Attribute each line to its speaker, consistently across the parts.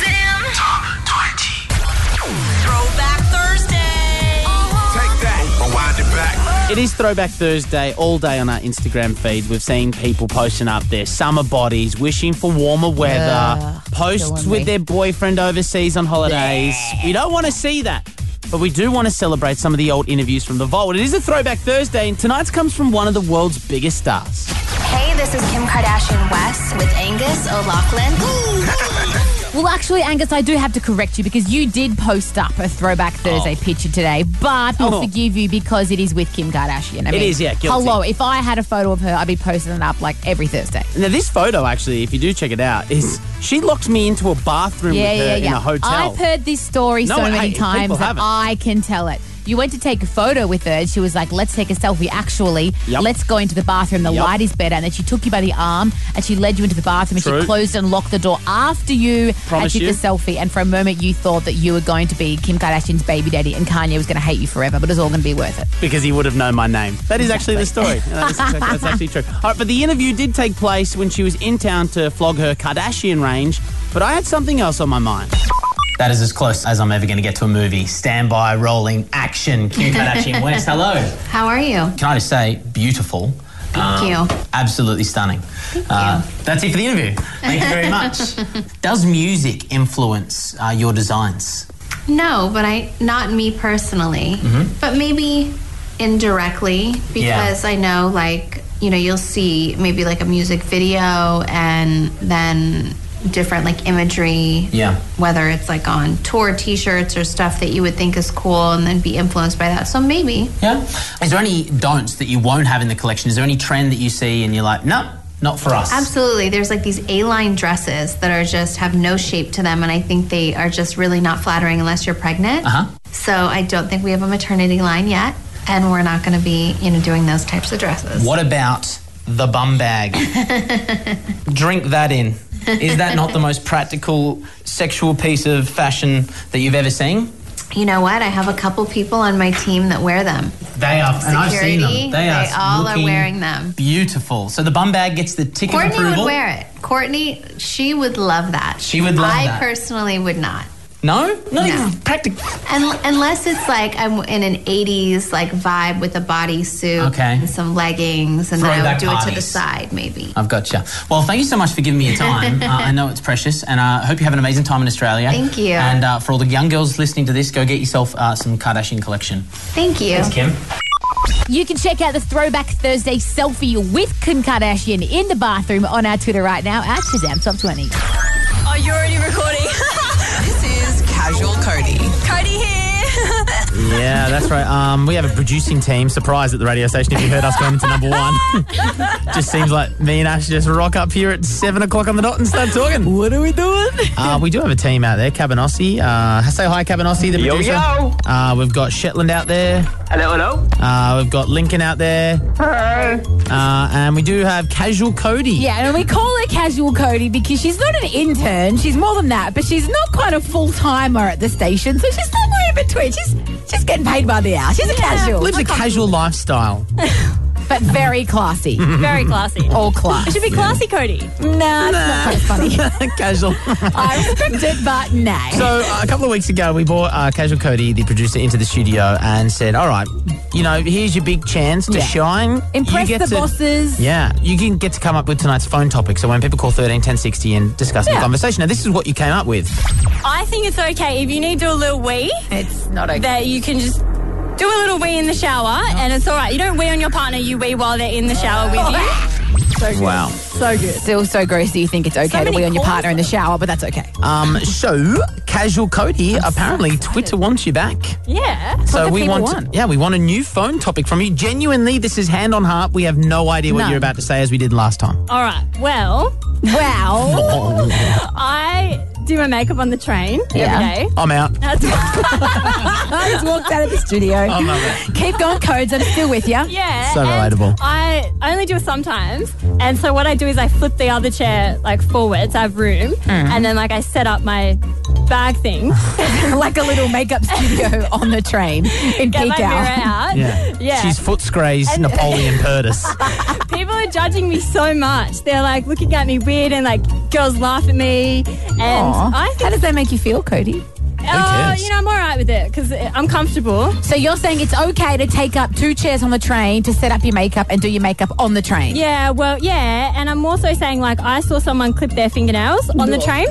Speaker 1: Uh-huh.
Speaker 2: It is Throwback Thursday. All day on our Instagram feed, we've seen people posting up their summer bodies, wishing for warmer weather,
Speaker 3: Ugh,
Speaker 2: posts
Speaker 3: killing
Speaker 2: with
Speaker 3: me.
Speaker 2: their boyfriend overseas on holidays. We don't want to see that. But we do want to celebrate some of the old interviews from the vault. It is a Throwback Thursday, and tonight's comes from one of the world's biggest stars.
Speaker 4: Hey, this is Kim Kardashian West with Angus O'Loughlin.
Speaker 3: Well, actually, Angus, I do have to correct you because you did post up a Throwback Thursday picture today, but we'll
Speaker 2: Oh.
Speaker 3: forgive you because it is with Kim Kardashian. I
Speaker 2: It is, yeah, guilty.
Speaker 3: Hello, if I had a photo of her, I'd be posting it up like every Thursday.
Speaker 2: Now, this photo, actually, if you do check it out, is she locked me into a bathroom
Speaker 3: Yeah,
Speaker 2: with her
Speaker 3: yeah, yeah.
Speaker 2: in a hotel.
Speaker 3: I've heard this story
Speaker 2: No,
Speaker 3: so
Speaker 2: hey,
Speaker 3: many
Speaker 2: people
Speaker 3: times that
Speaker 2: haven't.
Speaker 3: I can tell it. You went to take a photo with her, and she was like, "Let's take a selfie." Actually,
Speaker 2: Yep.
Speaker 3: let's go into the bathroom. The
Speaker 2: Yep.
Speaker 3: light is better, and then she took you by the arm and she led you into the bathroom. And
Speaker 2: True.
Speaker 3: she closed and locked the door after you
Speaker 2: Promise
Speaker 3: and took
Speaker 2: you.
Speaker 3: a selfie. And for a moment, you thought that you were going to be Kim Kardashian's baby daddy, and Kanye was going to hate you forever. But it was all going to be worth it.
Speaker 2: because he would have known my name. That is actually the story. No, that's, exactly- that's actually true. All right, but the interview did take place when she was in town to flog her Kardashian range, but I had something else on my mind. That is as close as I'm ever going to get to a movie. Standby, rolling, action. Kim Kardashian West. Hello.
Speaker 4: How are you?
Speaker 2: Can I just say, beautiful. Um,
Speaker 4: Thank you.
Speaker 2: Absolutely stunning. Thank That's it for the interview. Thank you very much. Does music influence uh, your designs?
Speaker 4: No, but I not me personally, but maybe indirectly because I know like you know you'll see maybe like a music video and then different like imagery.
Speaker 2: Yeah.
Speaker 4: Whether it's like on tour T-shirts or stuff that you would think is cool and then be influenced by that. So maybe.
Speaker 2: Yeah. Is there any don'ts that you won't have in the collection? Is there any trend that you see and you're like, no, not for us?
Speaker 4: Absolutely. There's like these A-line dresses that are just have no shape to them, and I think they are just really not flattering unless you're pregnant.
Speaker 2: Uh-huh.
Speaker 4: So I don't think we have a maternity line yet, and we're not going to be, you know, doing those types of dresses.
Speaker 2: What about the bum bag? Drink that in. Is that not the most practical sexual piece of fashion that you've ever seen?
Speaker 4: You know what? I have a couple people on my team that wear them.
Speaker 2: They are, and I've seen
Speaker 4: Security,
Speaker 2: them. They are
Speaker 4: they all are
Speaker 2: looking
Speaker 4: wearing them.
Speaker 2: Beautiful. So the bum bag gets the tick of
Speaker 4: Courtney
Speaker 2: approval.
Speaker 4: would wear it. Courtney, she would love that.
Speaker 2: She would love
Speaker 4: I
Speaker 2: that.
Speaker 4: personally would not.
Speaker 2: No, not
Speaker 4: No.
Speaker 2: even practical.
Speaker 4: Un- unless it's like I'm in an 80s like vibe with a bodysuit
Speaker 2: Okay.
Speaker 4: and some leggings and then I
Speaker 2: Throwback
Speaker 4: would do it to the
Speaker 2: parties.
Speaker 4: side maybe.
Speaker 2: I've gotcha. Well, thank you so much for giving me your time. uh, I know it's precious, and I hope you have an amazing time in Australia.
Speaker 4: Thank you.
Speaker 2: And uh, for all the young girls listening to this, go get yourself uh, some Kardashian collection.
Speaker 4: Thank you.
Speaker 2: Kim.
Speaker 3: You can check out the Throwback Thursday selfie with Kim Kardashian in the bathroom on our Twitter right now at Shazam Top 20.
Speaker 5: Oh, you're already recording. this is Casual Cody. Cody here.
Speaker 2: Yeah, that's right. Um, we have a producing team. Surprise at the radio station if you heard us going into number one. just seems like me and Ash just rock up here at seven o'clock on the dot and start talking.
Speaker 3: What are we doing?
Speaker 2: Uh, we do have a team out there, Cabanossi. Uh, say hi, Cabanossi, the
Speaker 6: Yo,
Speaker 2: producer.
Speaker 6: yo.
Speaker 2: Uh, we've got Shetland out there.
Speaker 6: Hello, hello.
Speaker 2: Uh, we've got Lincoln out there.
Speaker 6: Hi.
Speaker 2: Uh, and we do have Casual Cody.
Speaker 3: Yeah, and we call her Casual Cody because she's not an intern. She's more than that, but she's not quite a full timer at the station. So she's somewhere in between. She's she's getting paid by the hour. She's a casual,
Speaker 2: Lives a casual lifestyle.
Speaker 3: but very classy.
Speaker 7: Very classy. It
Speaker 3: All class.
Speaker 7: should be classy, Cody.
Speaker 3: Nah, it's not quite as funny.
Speaker 2: casual.
Speaker 3: I respect it, but nah.
Speaker 2: So uh, a couple of weeks ago, we brought uh, Casual Cody, the producer, into the studio and said, "All right, you know, here's your big chance to
Speaker 3: Yeah.
Speaker 2: shine.
Speaker 3: Impress
Speaker 2: you
Speaker 3: the
Speaker 2: get to-
Speaker 3: bosses.
Speaker 2: Yeah, you can get to come up with tonight's phone topic. So when people call thirteen ten sixty and discuss the
Speaker 3: Yeah.
Speaker 2: conversation, now this is what you came up with.
Speaker 7: I think it's okay if you need to do a little wee,
Speaker 3: It's not okay.
Speaker 7: that you can just do a little wee in the shower and it's all right. You don't wee on your partner, you wee while they're in the shower
Speaker 3: Oh,
Speaker 7: with you.
Speaker 2: Wow.
Speaker 3: Still so gross that you think it's okay to
Speaker 7: many
Speaker 3: be on your
Speaker 7: calls
Speaker 3: partner in the shower, but that's okay.
Speaker 2: Um, so Casual Cody, apparently Twitter wants you back.
Speaker 7: Yeah.
Speaker 2: so
Speaker 3: do
Speaker 2: we
Speaker 3: people
Speaker 2: want,
Speaker 3: want?
Speaker 2: yeah, we want a new phone topic from you. Genuinely, this is hand on heart. We have no idea what
Speaker 3: None.
Speaker 2: you're about to say, as we did last time.
Speaker 7: All right. Well,
Speaker 3: Wow.
Speaker 7: I do my makeup on the train
Speaker 3: Yeah.
Speaker 7: every day.
Speaker 2: I'm out.
Speaker 7: That's
Speaker 3: I just walked out of the studio.
Speaker 2: I'm out.
Speaker 3: Keep going, codes. I'm still with you.
Speaker 7: Yeah.
Speaker 2: So
Speaker 7: and
Speaker 2: relatable.
Speaker 7: I only do it sometimes. And so what I do is I flip the other chair like forwards. I have room.
Speaker 2: Mm.
Speaker 7: And then like I set up my bag thing.
Speaker 3: like a little makeup studio on the train in
Speaker 7: Get my
Speaker 3: peak
Speaker 7: mirror
Speaker 3: hour.
Speaker 7: out.
Speaker 2: Yeah.
Speaker 7: Yeah.
Speaker 2: She's Footscray's Napoleon Purtis.
Speaker 7: People are judging me so much. They're like looking at me weird and like girls laugh at me. And
Speaker 3: Aw.
Speaker 7: I
Speaker 3: How
Speaker 7: think
Speaker 3: does that make you feel, Cody?
Speaker 7: it Oh,
Speaker 6: cares?
Speaker 7: you know, I'm all right with it because I'm comfortable.
Speaker 3: So you're saying it's okay to take up two chairs on the train to set up your makeup and do your makeup on the train?
Speaker 7: Yeah, well, yeah. And I'm also saying, like, I saw someone clip their fingernails on the train.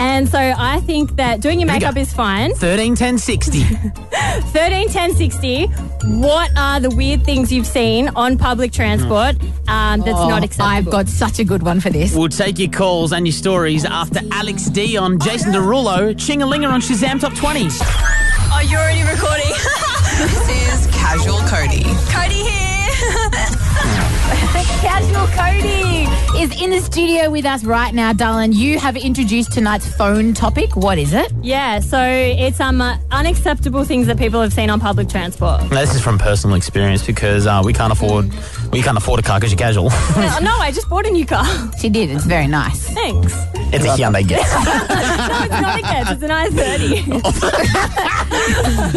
Speaker 7: And so I think that doing your makeup is fine.
Speaker 2: 13, 10, 60.
Speaker 7: 13, 10, 60, what are the weird things you've seen on public transport um, that's
Speaker 3: Oh,
Speaker 7: not acceptable?
Speaker 3: I've got such a good one for this.
Speaker 2: We'll take your calls and your stories after Alex D on Jason Derulo, Chingalinger on Shazam Top 20.
Speaker 5: Oh, you're already recording. this is Casual Cody. Cody here.
Speaker 3: Casual Cody is in the studio with us right now, darling. You have introduced tonight's phone topic. What is it?
Speaker 7: Yeah, so it's um uh, unacceptable things that people have seen on public transport.
Speaker 2: Now, this is from personal experience because uh, we can't afford well, you can't afford a car because you're casual.
Speaker 7: Uh, no, no, I just bought a new car.
Speaker 3: She did. It's very nice.
Speaker 7: Thanks.
Speaker 2: it's a Hyundai Getz.
Speaker 7: No, it's not a catch. It's an i30.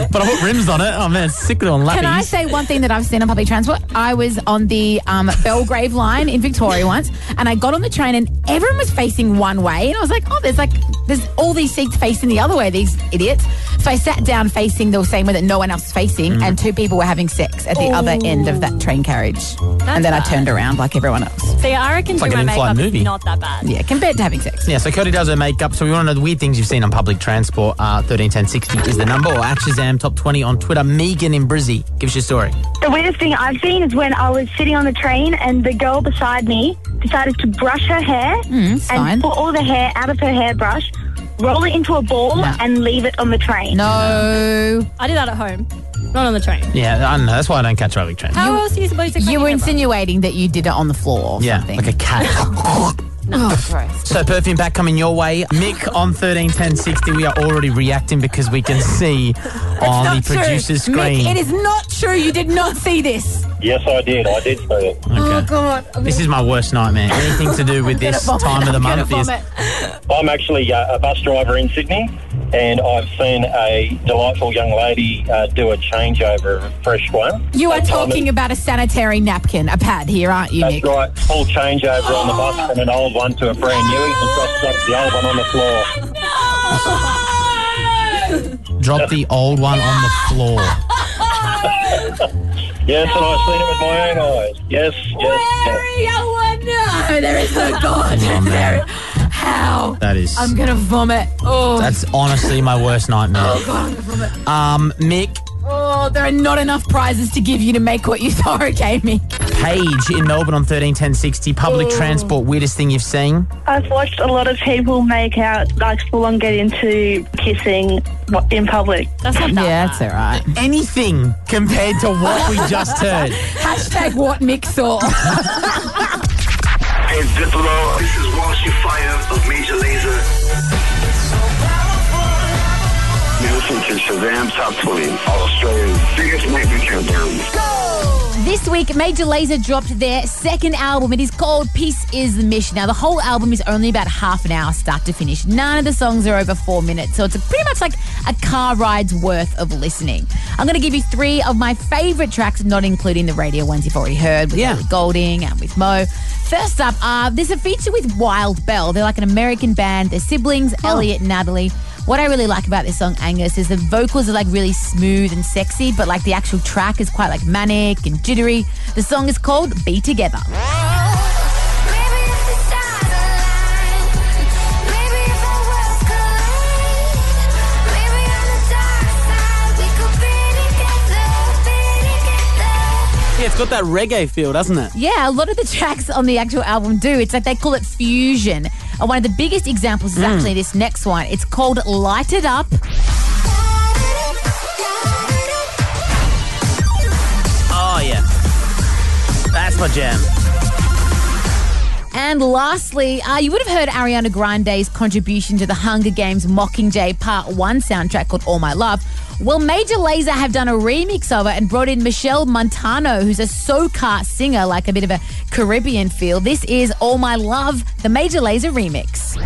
Speaker 2: but I put rims on it. Oh man, it's sick little lappies.
Speaker 3: Can I say one thing that I've seen on public transport? I was on the um, Belgrave line in Victoria once, and I got on the train, and everyone was facing one way, and I was like, "Oh, there's like there's all these seats facing the other way, these idiots." So I sat down facing the same way that no one else was facing, and two people were having sex at the other end of that train carriage, and then I
Speaker 7: bad.
Speaker 3: turned around like everyone else.
Speaker 7: so yeah, I reckon
Speaker 2: like
Speaker 7: doing my
Speaker 2: an in-flight
Speaker 7: makeup
Speaker 2: movie.
Speaker 7: is not that bad.
Speaker 3: Yeah, compared to having sex.
Speaker 2: Yeah, so Cody does her makeup. So we want to know the weird things you've seen on public transport. Uh, 131060 is the number, or at Shazam Top 20 on Twitter. Megan in Brizzy gives your story.
Speaker 8: The weirdest thing I've seen is when I was sitting on the train and the girl beside me decided to brush her hair
Speaker 3: fine.
Speaker 8: and pull all the hair out of her hairbrush, roll it into a ball,
Speaker 3: No.
Speaker 8: and leave it on the train.
Speaker 3: No,
Speaker 7: I do that at home, not on the train.
Speaker 2: Yeah, I don't know. That's why I don't catch public transport.
Speaker 7: How else are you supposed to clean
Speaker 3: you were
Speaker 7: your bra?
Speaker 3: insinuating that you did it on the floor. Or
Speaker 2: Yeah,
Speaker 3: something.
Speaker 2: like a cat.
Speaker 3: Oh, gross.
Speaker 2: so perfume pack coming your way. Mick on 131060. We are already reacting because we can see on the
Speaker 3: Not true.
Speaker 2: producer's
Speaker 3: Mick,
Speaker 2: screen.
Speaker 3: it is not true. You did not see this.
Speaker 9: Yes, I did. I did see it.
Speaker 2: Okay.
Speaker 3: God.
Speaker 2: This is my worst nightmare. Anything to do with this
Speaker 3: gonna vomit.
Speaker 2: time of the
Speaker 3: I'm gonna
Speaker 2: month is
Speaker 3: vomit.
Speaker 9: I'm actually uh, a bus driver in Sydney, and I've seen a delightful young lady uh, do a changeover, a fresh one.
Speaker 3: You are
Speaker 9: That's
Speaker 3: talking
Speaker 9: common.
Speaker 3: about a sanitary napkin, a pad here, aren't you,
Speaker 9: That's
Speaker 3: Nick?
Speaker 9: right, full changeover on the bus from an old one to a brand new, and just dropped the old one on the floor.
Speaker 2: drop the old one on the floor.
Speaker 9: Yes, and I've seen it with my own eyes. Yes, yes, yes.
Speaker 3: No, there is no God.
Speaker 2: Oh, man.
Speaker 3: How?
Speaker 2: That is.
Speaker 3: I'm gonna vomit. Oh,
Speaker 2: That's honestly my worst nightmare. Um, Mick
Speaker 3: oh, there are not enough prizes to give you to make what you saw, okay, Mick?
Speaker 2: Page in Melbourne on 131060. Public transport, weirdest thing you've seen?
Speaker 10: I've watched a lot of people make out, like full on get into kissing in public.
Speaker 7: That's not that
Speaker 3: Yeah,
Speaker 7: bad.
Speaker 3: that's all right.
Speaker 2: Anything compared to what we just heard.
Speaker 3: Hashtag what Mick saw.
Speaker 1: Hey, Diplo, this is Walsh Fire of Major Laser. You're listening to Shazam Top 20, Australia's biggest music countdown.
Speaker 11: This week, Major Lazer dropped their second album. It is called Peace is the Mission. Now, the whole album is only about half an hour, start to finish. None of the songs are over four minutes, so it's a pretty much like a car ride's worth of listening. I'm going to give you three of my favorite tracks, not including the radio ones you've already heard with
Speaker 2: Yeah.
Speaker 11: Ellie Golding and with Mo. First up, uh, there's a feature with Wild Bell. They're like an American band. They're siblings, Elliot and Natalie. What I really like about this song, Angus, is the vocals are like really smooth and sexy, but like the actual track is quite like manic and jittery. The song is called Be Together.
Speaker 2: Yeah, it's got that reggae feel, doesn't it?
Speaker 11: Yeah, a lot of the tracks on the actual album do. It's like they call it fusion. And one of the biggest examples is actually this next one. It's called Light It Up.
Speaker 2: Oh, yeah. That's my jam.
Speaker 11: And lastly, uh, you would have heard Ariana Grande's contribution to the Hunger Games Mockingjay Part 1 soundtrack called All My Love. Well, Major Lazer have done a remix of it and brought in Michelle Montano, who's a soca singer, like a bit of a Caribbean feel. This is All My Love, the Major Lazer remix.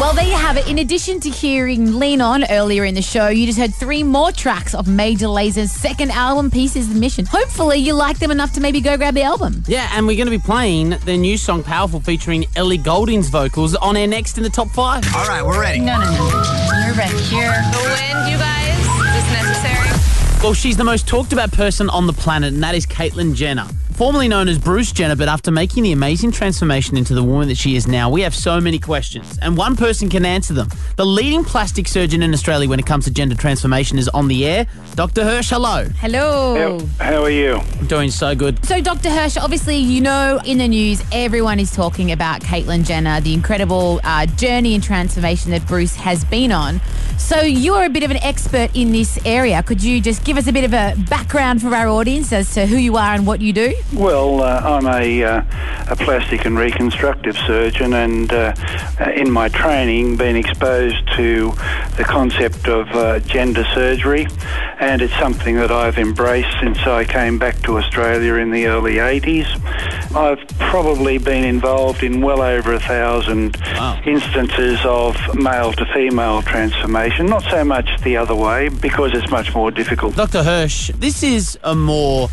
Speaker 11: Well, there you have
Speaker 3: Now, but in addition to hearing Lean On earlier in the show, you just heard three more tracks of Major Laser's second album, Pieces of the Mission. Hopefully, you like them enough to maybe go grab the album.
Speaker 2: Yeah, and we're going to be playing their new song Powerful featuring Ellie Goulding's vocals on air next in the top five.
Speaker 12: All right, we're ready.
Speaker 2: No, no, no. We're ready here.
Speaker 13: The wind, you guys, is necessary.
Speaker 2: Well, she's the most talked about person on the planet, and that is Caitlyn Jenner. Formerly known as Bruce Jenner, but after making the amazing transformation into the woman that she is now, we have so many questions, and one person can answer them. The leading plastic surgeon in Australia when it comes to gender transformation is on the air. Dr. Hirsch, hello.
Speaker 3: Hello.
Speaker 1: How are you?
Speaker 2: I'm doing so good.
Speaker 3: So, Dr. Hirsch, obviously, you know in the news, everyone is talking about Caitlyn Jenner, the incredible uh, journey and transformation that Bruce has been on. So, you're a bit of an expert in this area. Could you just give us a bit of a background for our audience as to who you are and what you do?
Speaker 14: Well, uh, I'm a, uh, a plastic and reconstructive surgeon, and uh, in my training, been exposed to the concept of uh, gender surgery, and it's something that I've embraced since I came back to Australia in the early 80s. I've probably been involved in well over a thousand instances of male to female transformation, not so much the other way because it's much more difficult.
Speaker 2: Dr. Hirsch, this is a more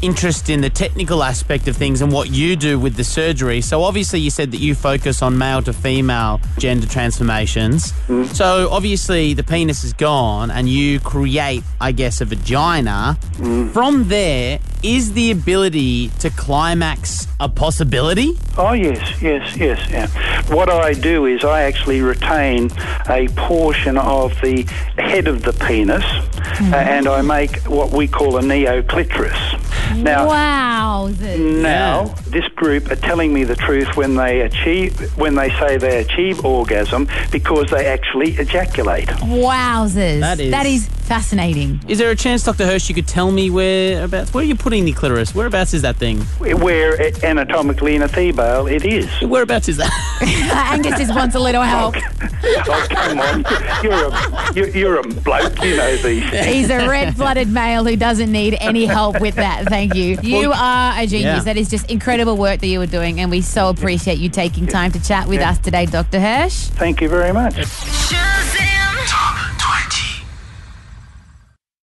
Speaker 2: interest in the technical aspect of things and what you do with the surgery. So obviously you said that you focus on male to female gender transformations. So obviously the penis is gone and you create, I guess, a vagina. From there, is the ability to climax a possibility?
Speaker 14: Oh, yes, yes, yes, yeah. What I do is I actually retain a portion of the head of the penis uh, and I make what we call a neoclitoris.
Speaker 2: Oh.
Speaker 14: Now,
Speaker 3: wow.
Speaker 14: now this group are telling me the truth when they achieve when they say they achieve orgasm because they actually ejaculate.
Speaker 3: Wowzers.
Speaker 2: That is-
Speaker 3: That is fascinating.
Speaker 2: Is there a chance, Dr. Hirsch, you could tell me whereabouts? Where are you putting the clitoris? Whereabouts is that thing?
Speaker 14: Where it- anatomically in a female it is.
Speaker 2: Whereabouts is that?
Speaker 3: Angus just wants a little help.
Speaker 14: oh come on, you're a you're, you're a bloke, you know these. things.
Speaker 3: He's a red blooded male who doesn't need any help with that. Thank you. You
Speaker 14: Well,
Speaker 3: are a genius.
Speaker 14: yeah.
Speaker 3: That is just incredible work that you are doing, and we so appreciate you taking time to chat with
Speaker 14: Yeah.
Speaker 3: us today, Dr. Hirsch.
Speaker 14: Thank you very much.
Speaker 13: Sure